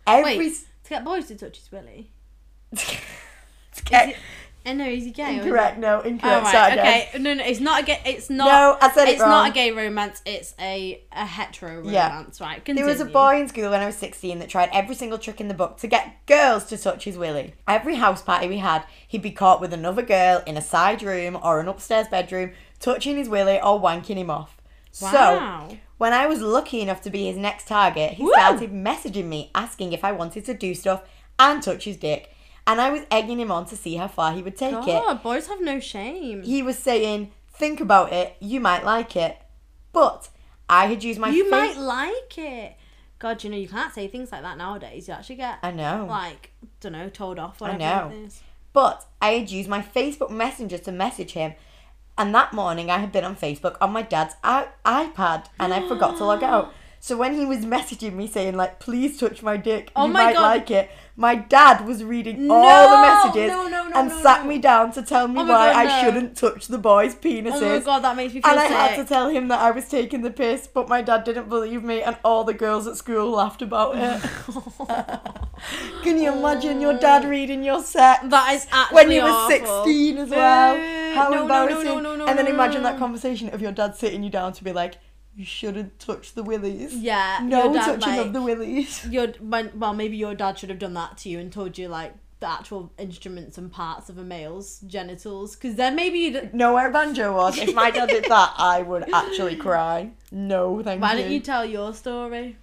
B: Every
C: Wait,
B: s-
C: to get boys to touch his willy.
B: It's
C: Is
B: ca-
C: it? I know, is he gay? or is he-
B: incorrect, no, incorrect.
C: Oh,
B: Sorry,
C: right,
B: guys.
C: okay. No, no, it's not a gay. It's not.
B: No, I said it
C: It's not
B: wrong.
C: a gay romance. It's a a hetero
B: Yeah.
C: romance, right? Continue.
B: There was a boy in school when I was 16 that tried every single trick in the book to get girls to touch his willy. Every house party we had, he'd be caught with another girl in a side room or an upstairs bedroom, touching his willy or wanking him off.
C: Wow.
B: So, when I was lucky enough to be his next target, he
C: Woo!
B: started messaging me asking if I wanted to do stuff and touch his dick. And I was egging him on to see how far he would take it
C: God, Oh, boys have no shame.
B: he was saying, "Think about it. You might like it." But I had used my
C: you
B: face-
C: might like it. God, you know you can't say things like that nowadays. You actually get
B: I know.
C: like don't know told off. Whatever
B: know.
C: it is.
B: But I had used my Facebook Messenger to message him, and that morning I had been on Facebook on my dad's I- iPad, and I forgot to log out. So when he was messaging me saying like, "Please touch my dick.
C: Oh
B: you
C: my
B: might
C: God.
B: like it," my dad was reading
C: No,
B: all the messages
C: no, no, no,
B: and
C: no,
B: sat
C: no.
B: me down to tell me
C: Oh my
B: why
C: God,
B: I
C: no.
B: shouldn't touch the boys' penises.
C: Oh my god, that makes me feel
B: And I
C: sick.
B: had to tell him that I was taking the piss, but my dad didn't believe me, and all the girls at school laughed about it. Can you imagine your dad reading your set
C: that is actually
B: when you were
C: awful.
B: 16 as well?
C: No,
B: How
C: no, no,
B: embarrassing.
C: no, no, no,
B: and then
C: no,
B: imagine
C: no.
B: that conversation of your dad sitting you down to be like, you shouldn't touch the willies.
C: Yeah,
B: No
C: your dad,
B: touching of
C: like-
B: the willies.
C: Your when, well, maybe your dad should have done that to you and told you like the actual instruments and parts of a male's genitals, because then maybe you'd.
B: No, where banjo was. If my dad did that, I would actually cry. No, thank
C: Why
B: you.
C: don't you tell your story?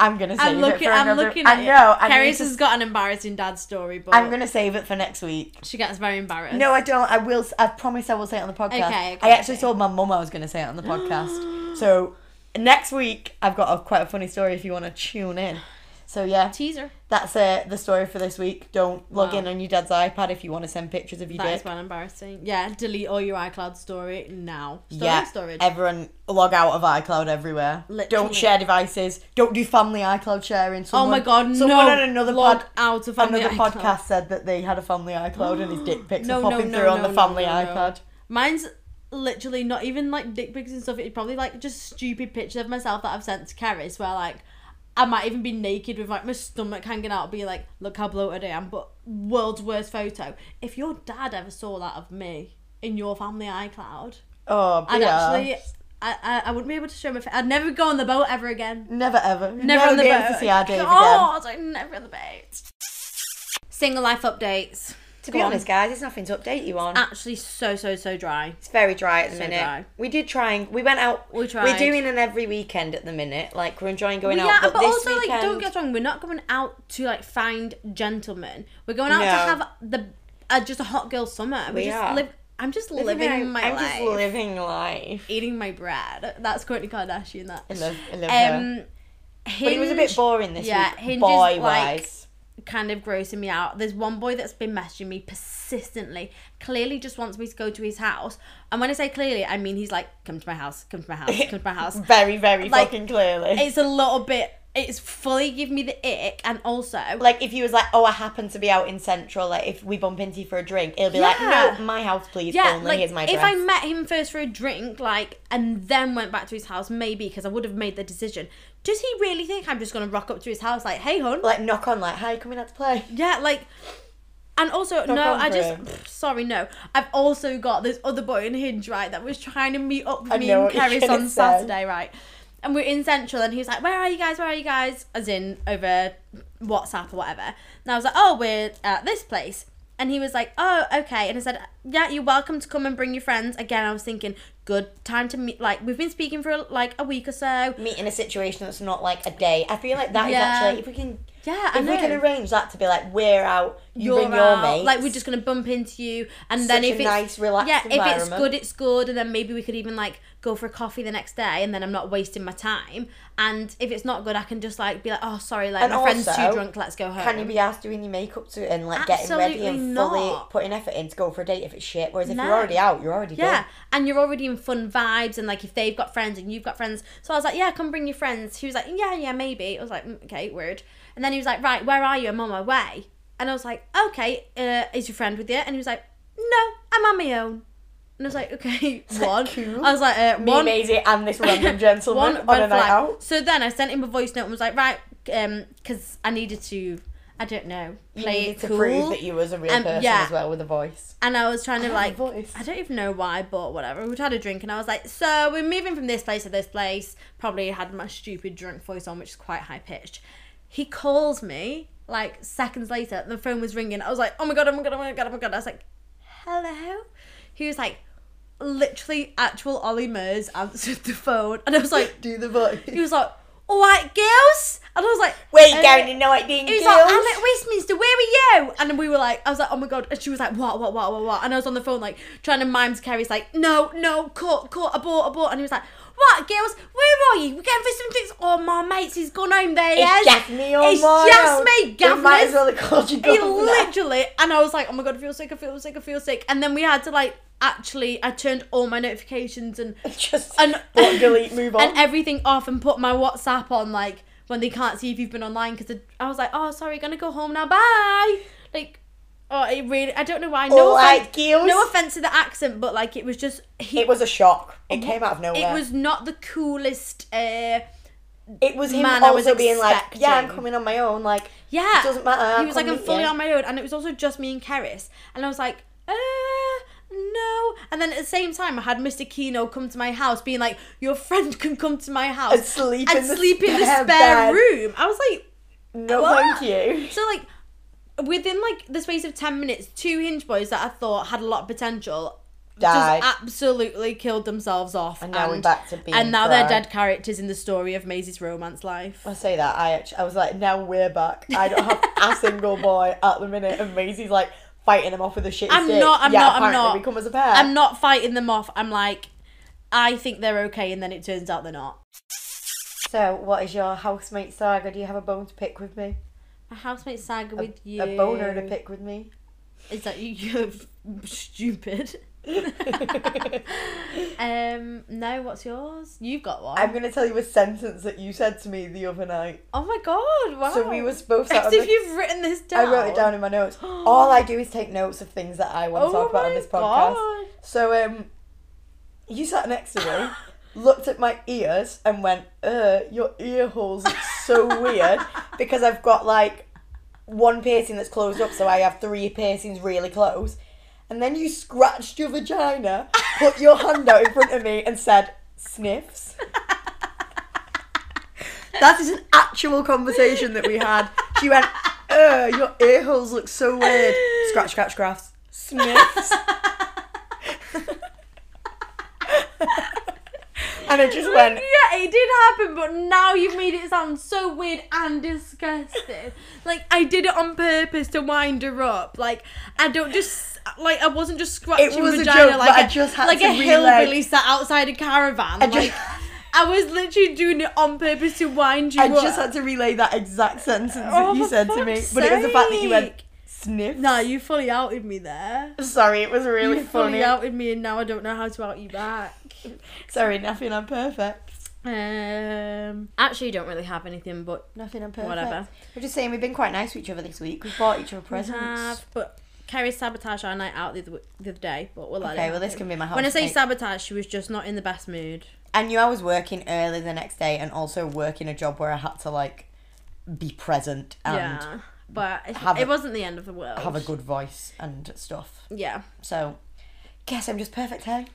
B: I'm gonna save
C: I'm looking.
B: it for
C: I'm
B: another.
C: looking at
B: I know.
C: it.
B: I need
C: Carrie's
B: to-
C: has got an embarrassing dad story, but
B: I'm gonna save it for next week.
C: she gets very embarrassed.
B: No, I don't. I will. I promise I will say it on the podcast.
C: Okay, okay,
B: I actually
C: okay.
B: told my mum I was going to say it on the podcast. so next week I've got a, quite a funny story if you want to tune in. So yeah,
C: teaser.
B: that's uh, the story for this week. Don't log
C: Wow.
B: in on your dad's iPad if you want to send pictures of your
C: That is
B: dick.
C: well embarrassing. Yeah, delete all your iCloud story now. Story
B: yeah,
C: storage.
B: everyone log out of iCloud everywhere. Don't
C: Literally.
B: share devices. Don't do family iCloud sharing.
C: oh
B: Someone,
C: my god,
B: someone
C: no.
B: on another
C: Log
B: pod,
C: out of family
B: another
C: iCloud.
B: podcast said that they had a family iCloud and his dick pics
C: No,
B: were
C: no,
B: popping
C: no,
B: through on
C: no,
B: the
C: no,
B: family
C: no, no.
B: iCloud.
C: Mine's literally not even like dick pics and stuff. It's probably like just stupid pictures of myself that I've sent to Caris where like I might even be naked with like my stomach hanging out, be like, look how bloated I am, but world's worst photo. If your dad ever saw that of me in your family iCloud,
B: Oh,
C: I'd
B: yeah.
C: actually I, I I wouldn't be able to show my face. I'd never go on the boat ever again.
B: Never ever.
C: Never, on the
B: be
C: boat.
B: able to see our Dave again.
C: God, I'm never on the boat. Single life updates.
B: To be honest, guys, there's nothing to update you on.
C: actually so so so dry.
B: It's very dry at the
C: Ah. so
B: minute.
C: dry.
B: We did try and we went out.
C: We
B: We're
C: tried.
B: doing an every weekend at the minute. Like we're enjoying going
C: Well,
B: out,
C: yeah,
B: but,
C: but,
B: this
C: also
B: weekend.
C: like don't get us wrong, we're not going out to like find gentlemen. We're going out to
B: No.
C: have the uh, just a hot girl summer. We,
B: We
C: just
B: are.
C: live. I'm just living,
B: living out-
C: my
B: I'm
C: life.
B: just living life.
C: Eating my bread. That's Courtney Kardashian. That.
B: I love, I love her.
C: Um,
B: But it was a bit
C: Hinge-
B: boring this
C: yeah, Hinge
B: week,
C: is, like,
B: boy wise.
C: kind of grossing me out. There's one boy that's been messaging me persistently, clearly just wants me to go to his house. And when I say clearly, I mean he's like, come to my house, come to my house, come to my house.
B: Very, very
C: like,
B: fucking clearly.
C: it's a little bit it's fully give me the ick, and also
B: Like if you was like, oh, I happen to be out in Central. Like if we bump into you for a drink, it'll be
C: Yeah.
B: like, no, my house, please.
C: yeah,
B: only
C: like
B: here's my
C: if
B: dress.
C: I met him first for a drink, like, and then went back to his house, maybe because I would have made the decision. Does he really think I'm just gonna rock up to his house like, hey, hon?
B: like knock on, like, hi, coming out to play.
C: Yeah, like, and also no,
B: on
C: I
B: for
C: just
B: him.
C: pff, sorry, no. I've also got this other boy in Hinge right that was trying to meet up with
B: I
C: me
B: know
C: and
B: what you're
C: Kerry's
B: gonna
C: on
B: say.
C: Saturday, right? And we're in Central, and he was like, "Where are you guys? Where are you guys?" As in over WhatsApp or whatever. And I was like, "Oh, we're at this place." And he was like, "Oh, okay." And I said, "Yeah, you're welcome to come and bring your friends." Again, I was thinking, "Good time to meet." Like we've been speaking for like a week or so.
B: Meet in a situation that's not like a day. I feel like that is
C: Yeah.
B: actually if we can.
C: Yeah, I
B: If
C: know.
B: we can arrange that to be like we're out, you
C: you're
B: bring your
C: out.
B: mates.
C: Like we're just gonna bump into you, and then
B: Such
C: if
B: a
C: it's
B: nice, relaxed
C: yeah, if it's
B: environment.
C: good, it's good, and then maybe we could even like go for a coffee the next day, and then I'm not wasting my time. And if it's not good, I can just like be like, oh, sorry, like
B: And
C: my friend's
B: also,
C: too drunk, let's go home.
B: Can you be asked doing your makeup to and like getting ready
C: Absolutely
B: and fully
C: not.
B: putting effort in to go for a date if it's shit? Whereas if
C: No.
B: you're already out, you're already
C: yeah,
B: done.
C: and you're already in fun vibes, and like if they've got friends and you've got friends, so I was like, yeah, come bring your friends. He was like, yeah, yeah, maybe. I was like, "Mm, okay, weird. And then he was like, right, where are you? I'm on my way. And I was like, okay, uh, is your friend with you? And he was like, no, I'm on my own. And I was like, okay, one.
B: cool.
C: I was like, uh,
B: Me,
C: one.
B: Maisie, and this random gentleman
C: One
B: on
C: red
B: a night
C: flag.
B: out.
C: So then I sent him a voice note and was like, right, um, because I needed to, I don't know,
B: You
C: play
B: needed
C: it
B: to
C: cool.
B: prove that you was a real
C: Um,
B: person
C: yeah.
B: as well with a voice.
C: and I was trying to
B: have a
C: like,
B: voice.
C: I don't even know why, but whatever. We'd had a drink and I was like, so we're moving from this place to this place. Probably had my stupid drunk voice on, which is quite high pitched. He calls me like seconds later. The phone was ringing. I was like, oh my god, oh my god, oh my god, oh my god. I was like, hello. He was like, literally, actual Ollie Murs answered the phone, and I was like.
B: Do the voice.
C: He was like, all right, girls. And I was like,
B: Wait,
C: uh,
B: Gary, no, I didn't.
C: He was like, I'm at Westminster, where are you? And we were like, I was like, oh my God. And she was like, what, what, what, what, what? And I was on the phone, like, trying to mime to Carrie's like, no, no, cut, cut, abort, abort. And he was like, what, girls, where are you? We're going for some drinks. Oh, my mates, he's gone home there, yes.
B: It's Daphne or
C: It's
B: Mario.
C: just me,
B: You might
C: Gavnus.
B: as well have called you
C: He
B: Gavnus.
C: literally, and I was like, oh my god, I feel sick, I feel sick, I feel sick. And then we had to like, actually, I turned all my notifications and
B: Just
C: and
B: block, delete, move on.
C: and everything off and put my WhatsApp on like when they can't see if you've been online because I was like, oh sorry, gonna go home now, bye. Like, oh it really, I don't know why. No,
B: All right,
C: offense,
B: girls.
C: no offense to the accent, but like it was just he.
B: it was a shock. It came out of nowhere.
C: It was not the coolest. Uh,
B: It was him
C: Man, I
B: also
C: was
B: being like, "Yeah, I'm
C: expecting."
B: coming on my own." Like,
C: yeah,
B: It doesn't matter, I'll
C: he was like,
B: come
C: I'm
B: meet
C: fully
B: you.
C: on my own, and it was also just me and Keris, and I was like, uh, no. And then at the same time, I had Mr. Kino come to my house, being like, your friend can come to my house
B: And sleep
C: and
B: in the
C: sleep in the
B: spare
C: spare
B: bed."
C: room. I was like.
B: no,
C: What?
B: thank you.
C: So like within like the space of ten minutes, two hinge boys that I thought had a lot of potential
B: Died.
C: just absolutely killed themselves off. And
B: now we're back to being
C: And now
B: dry.
C: they're dead characters in the story of Maisie's romance life.
B: I say that. I actually, I was like, now we're back. I don't have a single boy at the minute, and Maisie's like fighting him off with a shit
C: I'm
B: stick.
C: not. I'm
B: yeah,
C: not. I'm
B: apparently
C: not.
B: We come as a pair.
C: I'm not fighting them off. I'm like, I think they're okay, and then it turns out they're not.
B: So, what is your housemate saga? Do you have a bone to pick with me?
C: A housemate saga with you.
B: A boner to pick with me?
C: Is that you? You're stupid. um. No. What's yours? You've got one.
B: I'm gonna tell you a sentence that you said to me the other night.
C: Oh my god! Wow.
B: So we was both
C: As
B: sat on
C: if
B: the-
C: you've written this down.
B: I wrote it down in my notes. All I do is take notes of things that I want to
C: Oh
B: talk about on
C: my
B: this podcast.
C: God.
B: So um, you sat next to me, looked at my ears, and went, "Uh, your ear holes look so weird because I've got like one piercing that's closed up, so I have three piercings really close." And then you scratched your vagina, put your hand out in front of me, and said, "Sniffs." That is an actual conversation that we had. She went, "Uh, your ear holes look so weird." Scratch, scratch, scratch. Sniffs. and it just went.
C: yeah, it did happen, but now you've made it sound so weird and disgusting. like I did it on purpose to wind her up. Like I don't just like I wasn't just scratching
B: was a
C: vagina
B: joke,
C: like
B: but I
C: a,
B: just had
C: like
B: to
C: a
B: relay-
C: hillbilly sat outside a caravan.
B: I
C: like
B: just-
C: I was literally doing it on purpose to wind you
B: I
C: up.
B: just had to relay that exact sentence
C: Oh,
B: that you
C: for
B: said to me,
C: fuck's
B: but it was the fact that you went
C: sake.
B: sniffs.
C: Nah, you fully outed me there.
B: Sorry, it was really
C: you fully
B: funny.
C: outed me, and now I don't know how to out you back.
B: Sorry, nothing. I'm perfect.
C: Um, actually, don't really have anything, but
B: Nothing on perfect.
C: Whatever.
B: We're just saying we've been quite nice to each other this week. We've bought each other
C: we
B: presents.
C: have. But Kerry sabotaged our night out the other, the other day, but we'll let
B: Okay,
C: it
B: well, this
C: happen.
B: can be my
C: When I say
B: housemate.
C: sabotage, she was just not in the best mood.
B: I knew I was working early the next day and also working a job where I had to like be present and
C: yeah, but it,
B: have
C: it
B: a-
C: wasn't the end of the world.
B: have a good voice and stuff.
C: yeah.
B: So, guess I'm just perfect, hey?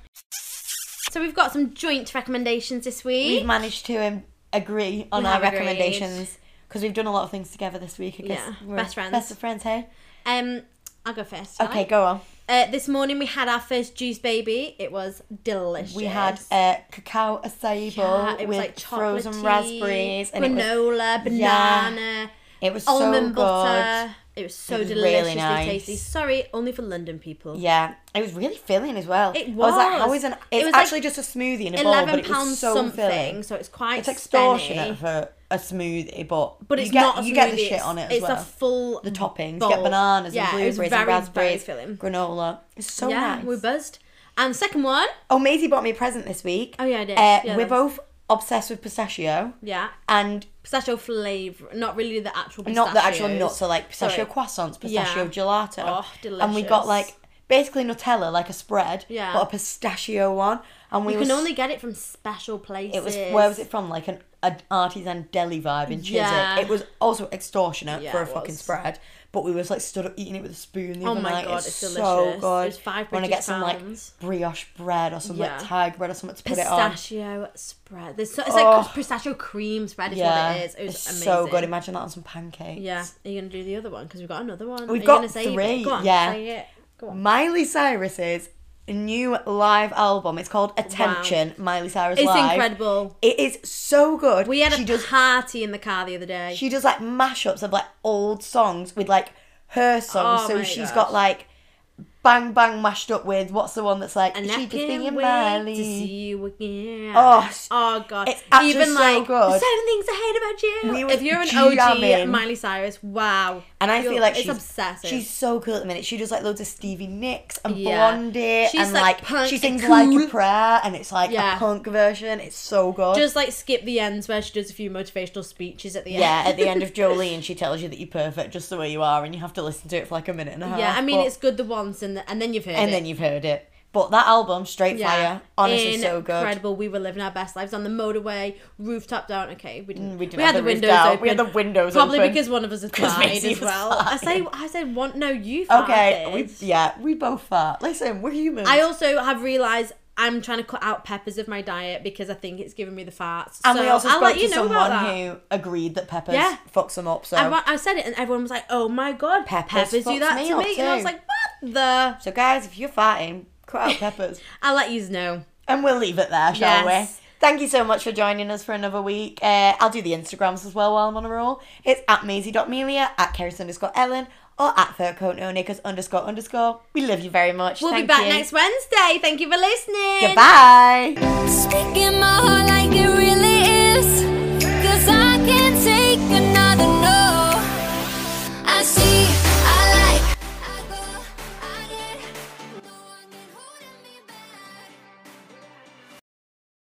C: So we've got some joint recommendations this
B: We've
C: week.
B: managed to um, agree on
C: We
B: our
C: have agreed.
B: recommendations because we've done a lot of things together this week. I guess
C: Yeah,
B: we're
C: best friends.
B: Best of friends, hey?
C: Um, I'll go first. shall
B: Okay,
C: I?
B: go on.
C: Uh, this morning we had our first juice baby. It was delicious.
B: We had uh, cacao acai bowl
C: Yeah, it was
B: with
C: like
B: frozen
C: chocolatey,
B: raspberries and it was
C: granola,
B: Yeah.
C: banana,
B: It was
C: almond
B: so
C: butter.
B: good.
C: It was so
B: It was really
C: deliciously
B: nice.
C: tasty. Sorry, only for London people.
B: Yeah, it was really filling as well.
C: It
B: I was like, how
C: was.
B: is an?
C: It
B: It's
C: was like
B: actually just a smoothie in a bowl, but
C: Eleven
B: it was
C: pounds
B: so
C: something,
B: filling.
C: so it's quite
B: It's
C: spenny.
B: extortionate for a smoothie, but
C: But
B: you
C: it's
B: get,
C: not. A
B: you get the
C: smoothie,
B: shit
C: it's-
B: on it as
C: It's
B: well.
C: a full
B: the toppings. You
C: bowl.
B: get bananas
C: yeah,
B: and
C: it was
B: blueberries and
C: very,
B: raspberries,
C: Very filling.
B: granola. It's so
C: yeah,
B: nice.
C: we buzzed. And second one,
B: oh, Maisie bought me a present this week.
C: Oh, yeah, I did.
B: Uh,
C: Yeah,
B: we're
C: that's-
B: both obsessed with pistachio,
C: yeah,
B: and
C: pistachio flavor, not really the actual. Pistachios.
B: not the actual nuts, so like pistachio
C: Sorry.
B: croissants, pistachio
C: Yeah.
B: gelato.
C: Oh,
B: And we got
C: delicious.
B: like basically Nutella, like a spread,
C: Yeah.
B: but a pistachio one. And we
C: You
B: were
C: can
B: s-
C: only get it from special places.
B: It was where was it from? Like an, an artisan deli vibe in Chiswick.
C: Yeah.
B: It was also extortionate
C: Yeah,
B: for a
C: it
B: fucking
C: was.
B: spread, but we was like stood up eating it with a spoon. The
C: Oh
B: other
C: my
B: night.
C: God,
B: it's,
C: it's
B: so
C: delicious.
B: good.
C: It's five
B: Wanna
C: British
B: get some
C: pounds.
B: like brioche bread or some
C: Yeah.
B: like tiger bread or something to put it on.
C: Pistachio spread. There's so, it's
B: Oh.
C: like pistachio cream spread is
B: Yeah,
C: what it is. It was
B: it's
C: amazing.
B: so good. Imagine that on some pancakes.
C: Yeah, are you gonna do the other one? Because we've got another one.
B: We've
C: Are you
B: got
C: gonna save
B: three,
C: It? Go on,
B: yeah.
C: say it. Go on.
B: Miley Cyrus's new live album. It's called Attention. Miley Cyrus
C: It's
B: Live.
C: incredible.
B: It is so good.
C: We had
B: she
C: a
B: does
C: party in the car the other day.
B: she does like mashups of like old songs with like her songs.
C: Oh
B: so
C: my
B: she's
C: gosh.
B: got like bang bang mashed up with what's the one that's like
C: and I
B: she can
C: can't
B: sing in
C: wait
B: Miley.
C: to see you again.
B: Oh, s-
C: oh god!
B: it's actually
C: Even
B: so
C: like
B: good.
C: the seven things I hate about
B: We
C: you.
B: were
C: if you're an OG
B: jamming.
C: Miley Cyrus, wow.
B: And I
C: You're-
B: feel like
C: it's
B: she's
C: obsessive.
B: She's so cool at the minute. She does like loads of Stevie Nicks and
C: Yeah.
B: Blondie,
C: She's,
B: and
C: like,
B: like,
C: punk
B: she
C: and
B: sings like
C: cool.
B: a prayer, and it's like
C: Yeah.
B: a punk version. It's so good.
C: just like skip the ends where she does a few motivational speeches at the end.
B: yeah, at the end of Jolene, she tells you that you're perfect just the way you are, and you have to listen to it for like a minute and a half.
C: yeah, I mean
B: but-
C: it's good the once and the, and then you've heard
B: and
C: it.
B: then you've heard it. But that album, Straight Fire, honestly so good.
C: Incredible. We were living our best lives on the motorway, rooftop down. Okay, we didn't.
B: Mm, we didn't
C: had
B: have
C: the,
B: the roof
C: windows
B: down.
C: open.
B: We had the windows
C: Probably
B: open.
C: because one of us had
B: 'Cause
C: died
B: Maisie
C: as
B: was
C: well. I say,
B: fine.
C: I said, one. No, you.
B: Okay,
C: farted.
B: we, yeah, we both fart. Listen, we're humans.
C: I also have realised I'm trying to cut out peppers of my diet because I think it's giving me the farts.
B: and
C: so
B: we also
C: I'll
B: spoke
C: let you
B: to
C: know
B: someone
C: about that.
B: who agreed that peppers
C: Yeah.
B: fucks them up. So,
C: I, wa- I said it and everyone was like, "Oh my god,
B: Peppers
C: peppers do
B: fucks
C: that
B: me
C: to
B: up
C: me," and I was
B: too.
C: like, "What the?"
B: so guys, if you're farting, cut out peppers,
C: I'll let you know.
B: and we'll leave it there, shall
C: Yes.
B: we? Thank you so much for joining us for another week. Uh, I'll do the Instagrams as well while I'm on a roll. It's at Maisie.Melia, at Kerris underscore Ellen, or at Furcoat underscore underscore. We love you very much.
C: We'll
B: Thank
C: be back
B: you.
C: next Wednesday. Thank you for listening.
B: Goodbye.
A: Speaking